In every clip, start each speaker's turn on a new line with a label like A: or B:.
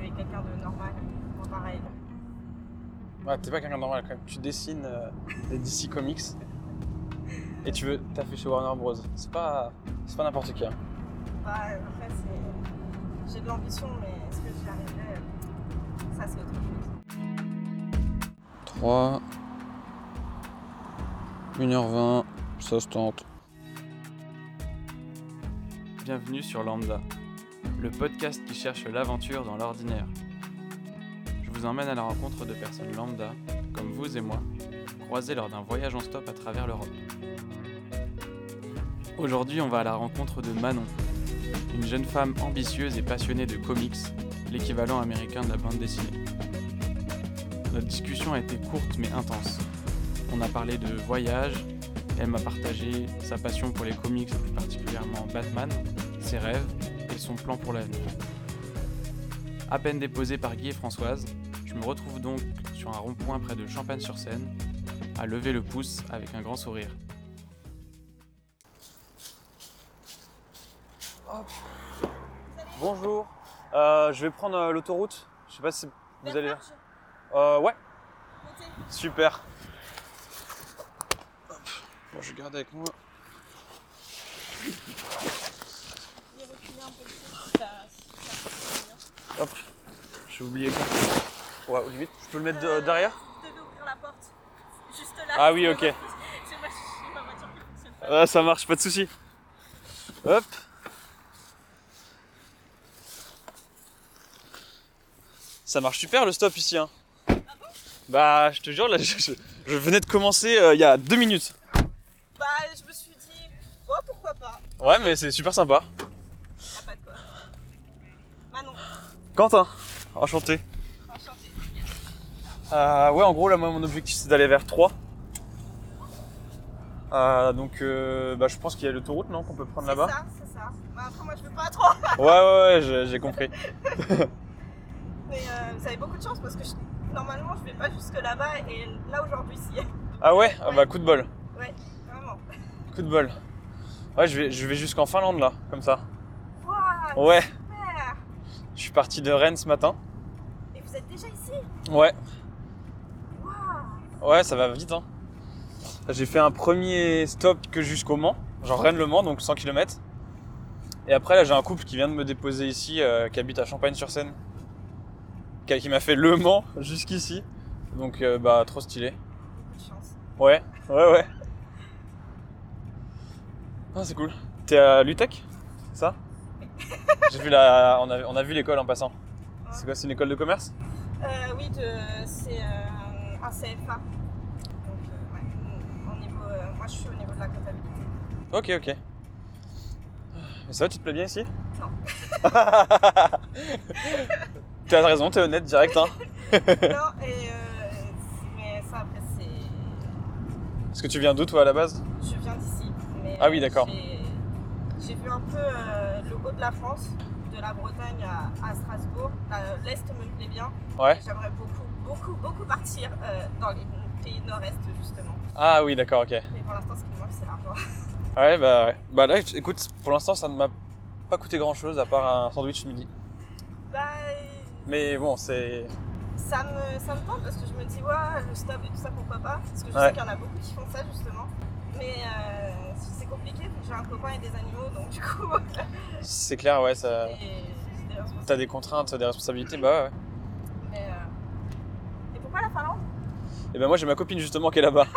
A: t'es quelqu'un de normal. Moi, pareil.
B: Ouais, t'es pas quelqu'un de normal quand même. Tu dessines euh, des DC Comics et tu veux. T'as fait chez Warner Bros. C'est pas, c'est pas n'importe qui. hein.
A: Bah, en fait, c'est... j'ai de l'ambition, mais est-ce que j'y arriverai euh, Ça, c'est autre chose.
B: 3, 1h20, ça se tente. Bienvenue sur Lambda, le podcast qui cherche l'aventure dans l'ordinaire. Je vous emmène à la rencontre de personnes lambda, comme vous et moi, croisées lors d'un voyage en stop à travers l'Europe. Aujourd'hui, on va à la rencontre de Manon, une jeune femme ambitieuse et passionnée de comics, l'équivalent américain de la bande dessinée. Notre discussion a été courte mais intense. On a parlé de voyage, elle m'a partagé sa passion pour les comics, plus particulièrement Batman, ses rêves et son plan pour l'avenir. À peine déposé par Guy et Françoise, je me retrouve donc sur un rond-point près de Champagne-sur-Seine, à lever le pouce avec un grand sourire. Bonjour, Euh, je vais prendre l'autoroute. Je sais pas si vous allez. Euh, ouais. Super. Hop. Bon, je garde avec moi. Hop. J'ai oublié le Ouais, limite, je peux le mettre de- euh, derrière
A: Vous devez Euh, ouvrir la porte. Juste là.
B: Ah oui, ok.
A: J'ai ma, j'ai ma voiture qui fonctionne pas.
B: Ah, ça marche, pas de souci. Hop. Ça marche super le stop ici. Hein. bah, je te jure, là, je, je- je venais de commencer euh, il y a deux minutes.
A: Bah, je me suis dit, oh, pourquoi pas
B: Ouais, mais c'est super sympa.
A: Y'a pas de quoi. Manon,
B: Quentin, enchanté.
A: enchantée.
B: Euh, ouais, en gros, là, moi, mon objectif, c'est d'aller vers 3. Euh, donc, euh, bah, je pense qu'il y a l'autoroute, non, qu'on peut prendre là-bas
A: C'est ça, c'est ça. Bah, après, moi, je veux pas trop.
B: Ouais, ouais, ouais, j'ai- j'ai compris.
A: Mais euh, vous avez beaucoup de chance parce que je- normalement, je vais pas jusque là-bas et là, aujourd'hui, si.
B: Ah ouais Ah bah, coup de bol.
A: Ouais, vraiment.
B: Coup de bol. Ouais, je vais, je vais jusqu'en Finlande, là, comme ça.
A: Waouh,
B: Ouais,
A: super
B: je suis parti de Rennes ce matin.
A: Et vous êtes déjà ici
B: Ouais,
A: Waouh
B: ouais, ça va vite, hein. J'ai fait un premier stop que jusqu'au Mans, genre Rennes-le Mans, donc 100 km. Et après, là, j'ai un couple qui vient de me déposer ici, euh, qui habite à Champagne-sur-Seine, qui qui m'a fait Le Mans jusqu'ici. Donc, euh, bah, trop stylé.
A: Beaucoup de chance.
B: Ouais, ouais, ouais. Ah, c'est cool. T'es à l'UTEC C'est ça J'ai vu la. On a, on a vu l'école en passant. C'est quoi C'est une école de commerce
A: Euh, oui, de- c'est euh, un CFA. Donc, euh, ouais, au niveau, euh, moi, je suis au niveau de la comptabilité.
B: Ok, ok. Mais ça va, tu te plais bien ici
A: Non.
B: T'as raison, t'es honnête direct, hein.
A: non, et, euh, mais ça, après, c'est...
B: Parce que tu viens d'où, toi, à la base
A: Je viens d'ici. mais
B: Ah oui, d'accord.
A: J'ai j'ai vu un peu euh, le haut de la France, de la Bretagne à, à Strasbourg. Euh, L'Est me plaît bien.
B: Ouais.
A: Et J'aimerais beaucoup, beaucoup, beaucoup partir euh, dans les pays nord-est, justement.
B: Ah oui, d'accord, ok.
A: Mais pour l'instant, ce qui me manque, c'est l'argent.
B: Ouais, bah, ouais. bah là, écoute, pour l'instant, ça ne m'a pas coûté grand chose à part un sandwich midi.
A: Bah,
B: Mais bon, c'est.
A: ça me, ça me tente parce que je me dis, ouais, le stop et tout ça, pourquoi pas Parce que je
B: Ouais.
A: sais qu'il y en a beaucoup qui font ça justement. Mais euh, c'est compliqué, donc j'ai un copain et des animaux, donc du coup.
B: C'est clair, ouais, ça.
A: et j'ai des responsables.
B: Euh. T'as des contraintes, des responsabilités, bah ouais. ouais.
A: Mais, euh, Et pourquoi la Finlande
B: Et ben moi j'ai ma copine justement qui est là-bas.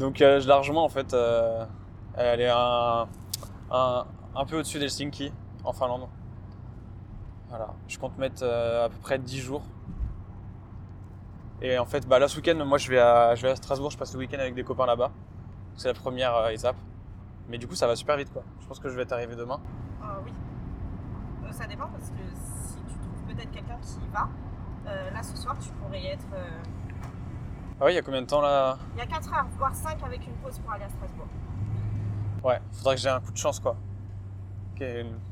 B: Donc euh, je la rejoins en fait. euh, elle est un, un, un peu au-dessus d'Helsinki, en Finlande. Voilà. Je compte mettre euh, à peu près 10 jours. Et en fait, bah, là ce week-end, moi je vais, à, je vais à Strasbourg, je passe le week-end avec des copains là-bas. C'est la première euh, étape. Mais du coup, ça va super vite quoi. Je pense que je vais t'arriver demain.
A: Euh, Oui. Euh, Ça dépend parce que si tu trouves peut-être quelqu'un qui y va, euh, là ce soir, tu pourrais y être. euh,
B: Ah ouais, il y a combien de temps là
A: Il y a 4 heures, voire 5 avec une pause pour aller à Strasbourg.
B: Ouais, faudrait que j'ai un coup de chance quoi. Ok,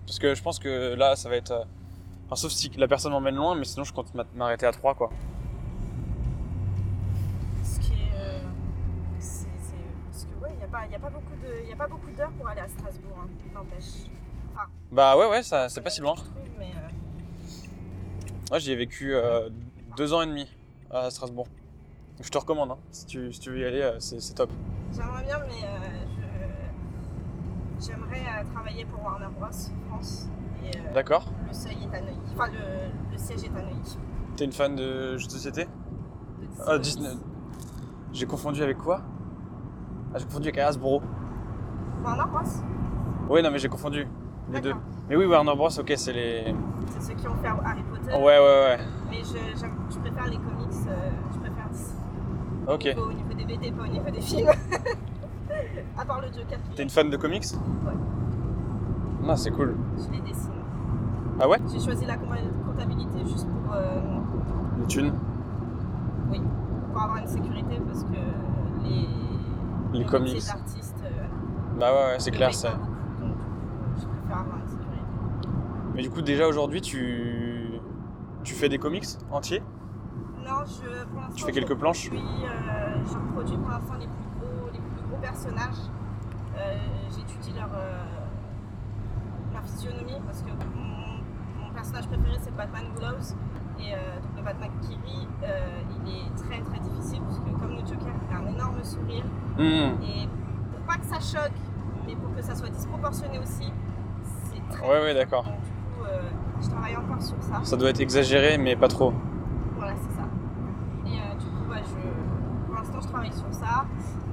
B: Parce que je pense que là, ça va être. euh, Enfin, sauf si la personne m'emmène loin, mais sinon je compte m'a- m'arrêter à 3 quoi.
A: Ce qui est. euh, c'est- c'est- Parce que, ouais, il n'y a, pas- il y a pas beaucoup de- il y a pas beaucoup d'heures pour aller à Strasbourg, hein, n'empêche.
B: Bah ouais, ouais, ça, c'est pas si loin.
A: Je trouve, mais, euh,
B: Moi, j'y ai vécu euh, deux ans et demi à Strasbourg. Je te recommande, hein. si, tu, si tu veux y aller, euh, c'est c'est top.
A: J'aimerais bien, mais euh, je- j'aimerais euh, travailler pour Warner Bros. France. Et, euh,
B: D'accord
A: le seuil est à Neuilly. Enfin, le, le siège est à Neuilly. Euh,
B: T'es une fan de jeux de société
A: De
B: Ah, Disney. J'ai confondu avec quoi Ah, j'ai confondu avec Hasbro.
A: Warner Bros.
B: Oui, non, mais j'ai confondu les deux.
A: D'accord.
B: Mais oui, Warner Bros, ok, c'est les.
A: C'est ceux qui ont fait Harry Potter.
B: Ouais, ouais, ouais.
A: Mais je, j'aime- je préfère les comics. euh, je préfère Disney.
B: Ok.
A: Au niveau des BD, pas au niveau des films. à part le Joker qui
B: T'es une fan de comics Ouais. Non, c'est cool.
A: je les dessine.
B: Ah ouais
A: J'ai choisi la compa- comptabilité juste pour, euh,
B: Les thunes,
A: pour avoir une sécurité parce que les,
B: les
A: métiers
B: comics.
A: d'artistes, euh,
B: Bah ouais, ouais c'est
A: ne
B: clair
A: payent pas
B: ça.
A: beaucoup, donc, euh, je préfère avoir une sécurité.
B: Mais du coup, déjà aujourd'hui, tu. Tu fais des comics entiers
A: Non, je, pour l'instant,
B: Tu fais
A: je
B: quelques planches
A: reproduis, euh, je reproduis pour l'instant les plus gros, les plus gros personnages. Euh, J'étudie leur, euh, leur physionomie parce que mon, mon personnage préféré c'est Batman Willows. Et euh, donc le Batman qui rit, euh, il est très très difficile parce que comme le Joker, il a un énorme sourire.
B: Hmm.
A: Et pour pas que ça choque, mais pour que ça soit disproportionné aussi, c'est très.
B: Ouais, ouais, d'accord.
A: Donc, du coup, euh, je travaille encore sur ça.
B: Ça doit être exagéré, mais pas trop.
A: Voilà, c'est ça. Et euh, du coup, bah, je, pour l'instant, je travaille sur ça.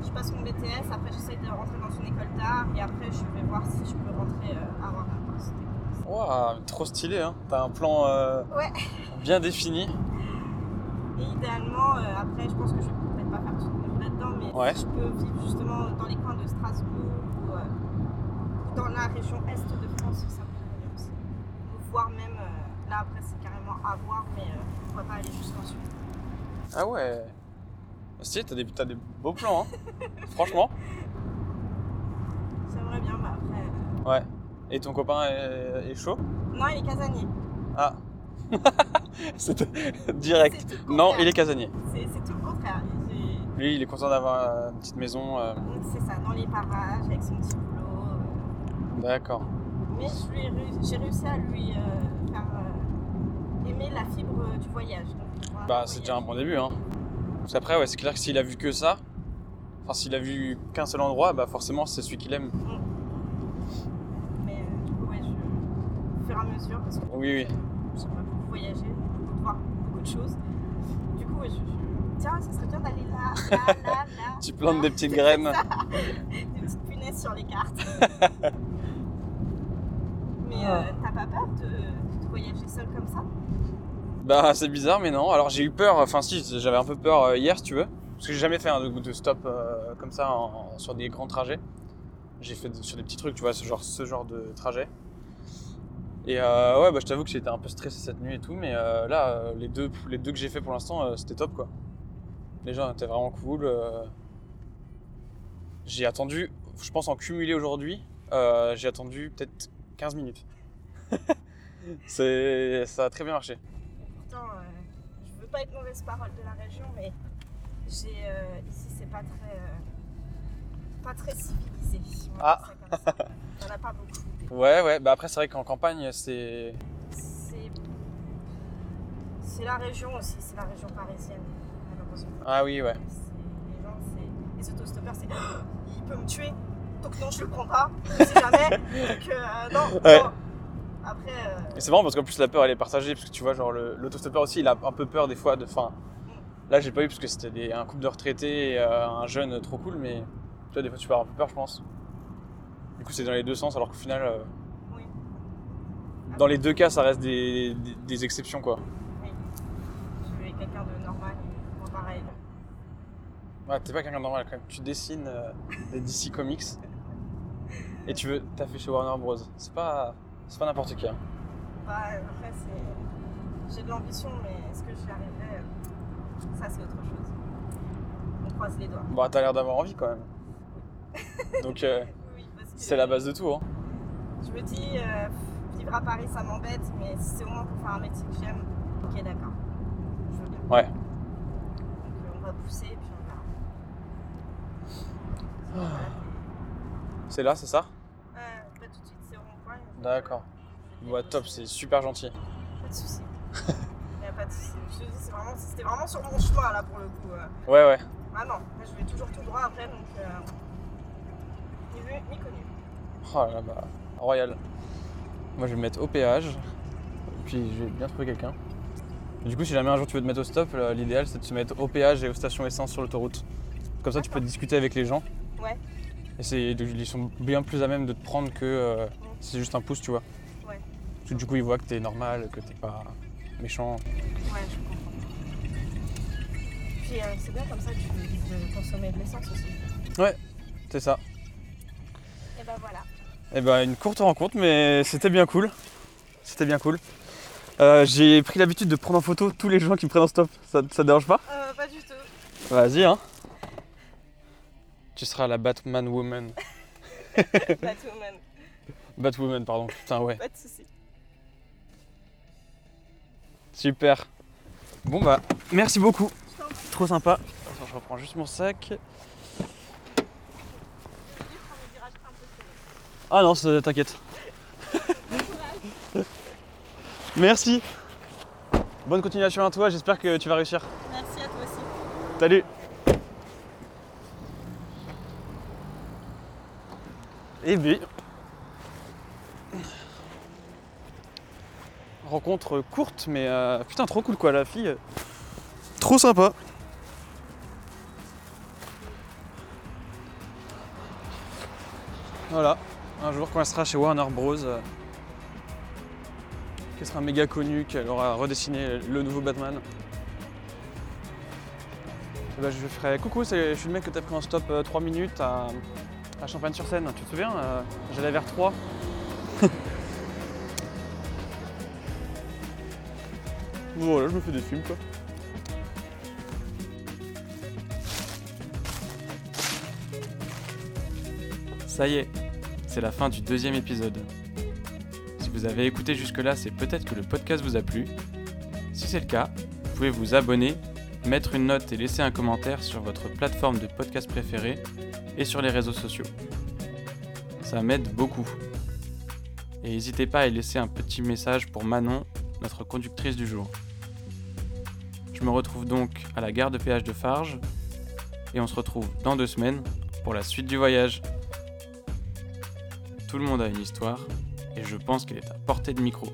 A: Je passe mon BTS, après, j'essaye de rentrer dans une école d'art et après, je vais voir si je peux rentrer euh, à Warner Bros.
B: Waouh, trop stylé, hein. T'as un plan euh,
A: Ouais.
B: bien défini.
A: Et idéalement, euh, après, je pense que je vais peut-être pas faire tout le là-dedans, mais
B: Ouais.
A: si je peux vivre justement dans les coins de Strasbourg ou euh, dans la région est de France, ça me plairait bien aussi. Ou voire même, euh, là après, c'est carrément à voir, mais euh, pourquoi pas aller jusqu'en Suisse.
B: Ah ouais. Si, t'as des, t'as des beaux plans, hein. Franchement.
A: J'aimerais bien, mais après. euh,
B: Ouais. Et ton copain est, est chaud
A: Non, il est casanier.
B: Ah. C'était direct.
A: C'est tout le
B: Non,
A: contraire.
B: il est casanier.
A: C'est c'est tout le contraire. J'ai-
B: Lui, il est content d'avoir une petite maison. euh,
A: donc C'est ça, dans les parages, avec son petit boulot. euh.
B: D'accord.
A: Mais je lui ai réu- j'ai réussi à lui euh, faire euh, aimer la fibre euh, du voyage. donc, voilà,
B: Bah,
A: le voyage.
B: c'est déjà un bon début, hein. Parce qu'après, ouais, c'est clair que s'il a vu que ça, enfin, s'il a vu qu'un seul endroit, bah, forcément, c'est celui qu'il aime.
A: Mais euh, du coup, ouais, je... au fur et à mesure, parce que
B: Oui, oui.
A: j'aime pas beaucoup voyager, beaucoup de voir beaucoup de choses. Du coup, ouais, je, je- tiens, ça serait bien d'aller là, là, là, là.
B: Tu plantes
A: là.
B: des petites graines.
A: des petites punaises sur les cartes. Mais
B: Ah.
A: euh, t'as pas peur de, de voyager seul comme ça
B: Bah, c'est bizarre, mais non. Alors, j'ai eu peur, enfin, si, j'avais un peu peur euh, hier, si tu veux. Parce que j'ai jamais fait un de, de stop euh, comme ça en- en- sur des grands trajets. J'ai fait de- sur des petits trucs, tu vois, ce genre, ce genre de trajet. Et euh, ouais, bah, je t'avoue que j'étais un peu stressé cette nuit et tout, mais euh, là, euh, les deux, les deux que j'ai fait pour l'instant, euh, c'était top, quoi. Les gens étaient vraiment cool. euh. J'ai attendu, je pense en cumulé aujourd'hui, euh, j'ai attendu peut-être 15 minutes. C'est, ça a très bien marché.
A: Et Pourtant, euh, je veux pas être mauvaise parole de la région, mais j'ai euh, ici c'est pas très euh, pas très civilisé. on va
B: Ah.
A: dire ça comme ça. Il y en a pas beaucoup.
B: Ouais, ouais, bah après, c'est vrai qu'en campagne, c'est.
A: C'est c'est la région aussi, c'est la région parisienne malheureusement.
B: Ah oui, ouais.
A: C'est- Les gens, c'est les autostoppeurs, c'est il peut me tuer, donc non je le prends pas, je sais jamais. donc euh, non,
B: Ouais.
A: non. Après. euh,
B: Et c'est marrant parce qu'en plus, la peur, elle est partagée, parce que tu vois, genre, le- l'autostoppeur aussi, il a un peu peur des fois de. Enfin, là, j'ai pas eu, parce que c'était des- un couple de retraités et euh, un jeune trop cool, mais tu vois, des fois, tu peux avoir un peu peur, je pense. Du coup, c'est dans les deux sens, alors qu'au final, euh,
A: oui.
B: dans les deux cas, ça reste des, des- des exceptions, quoi.
A: Oui. Je suis quelqu'un de normal, moi pareil.
B: Ouais, t'es pas quelqu'un de normal quand même. Tu dessines euh, des DC Comics et tu veux. T'as fait chez Warner Bros. C'est pas. C'est pas n'importe qui. hein.
A: Bah, après, c'est... j'ai de l'ambition, mais est-ce que j'y arriverai euh, Ça, c'est autre chose. On croise les doigts.
B: Bah, t'as l'air d'avoir envie quand même. Donc, euh,
A: Oui, parce que
B: c'est la base de tout, hein.
A: Je me dis, euh, pff, vivre à Paris, ça m'embête, mais si c'est au moins pour faire un métier que j'aime, ok, d'accord. Je veux bien.
B: Ouais.
A: Donc, euh, on va pousser et puis on verra. Sinon, voilà,
B: C'est là, c'est ça
A: t'es- Euh, pas tout de suite, c'est au rond-point.
B: D'accord. Bah, top, c'est super gentil.
A: Pas de soucis. fait. C'est- je te dis, c'est vraiment- C'était vraiment, sur mon chemin là pour le coup. euh.
B: Ouais, ouais.
A: Vraiment, moi je vais toujours tout droit après donc. euh, ni vu ni connu.
B: Oh là là, bah, royal. Moi, je vais me mettre au péage. Et puis, je vais bien trouver quelqu'un. Du coup, si jamais un jour tu veux te mettre au stop, là, l'idéal c'est de se mettre au péage et aux stations essence sur l'autoroute. Comme ça, tu peux discuter avec les gens.
A: Ouais.
B: Et c'est, ils sont bien plus à même de te prendre que euh, si c'est juste un pouce, tu vois.
A: Ouais.
B: Parce que du coup, ils voient que t'es normal, que t'es pas méchant.
A: Ouais, je comprends. Puis euh, c'est bien comme ça que tu évites de consommer de l'essence aussi.
B: C'est ça.
A: Et ben voilà.
B: Eh ben, une courte rencontre, mais c'était bien cool. C'était bien cool. Euh, j'ai pris l'habitude de prendre en photo tous les gens qui me prennent en stop. Ça, ça te dérange pas
A: Euh, pas du tout.
B: Vas-y, hein. Tu seras la Batman Woman.
A: Pas de woman.
B: Batwoman, pardon. Putain, ouais.
A: Pas de soucis.
B: Super. Bon, bah, merci beaucoup.
A: Je t'en prie.
B: Trop sympa. Attends, je reprends juste mon sac.
A: Je prends le virage un peu serré.
B: Ah non, ça- t'inquiète. merci. Bonne continuation à toi. J'espère que tu vas réussir.
A: Merci à toi aussi.
B: Salut Et bien. Rencontre courte mais euh, putain trop cool quoi la fille. Trop sympa. Voilà, un jour quand elle sera chez Warner Bros. euh, qu'elle sera méga connue, qu'elle aura redessiné le nouveau Batman. Eh ben, je ferai coucou, c'est- je suis le mec que t'as pris en stop euh, 3 minutes à, à Champagne-sur-Seine, tu te souviens euh, J'allais vers 3. voilà, je me fais des films quoi. Ça y est, c'est la fin du deuxième épisode. Si vous avez écouté jusque-là, c'est peut-être que le podcast vous a plu. Si c'est le cas, vous pouvez vous abonner mettre une note et laisser un commentaire sur votre plateforme de podcast préférée et sur les réseaux sociaux. Ça m'aide beaucoup. Et n'hésitez pas à laisser un petit message pour Manon, notre conductrice du jour. Je me retrouve donc à la gare de péage de Farges et on se retrouve dans deux semaines pour la suite du voyage. Tout le monde a une histoire et je pense qu'elle est à portée de micro.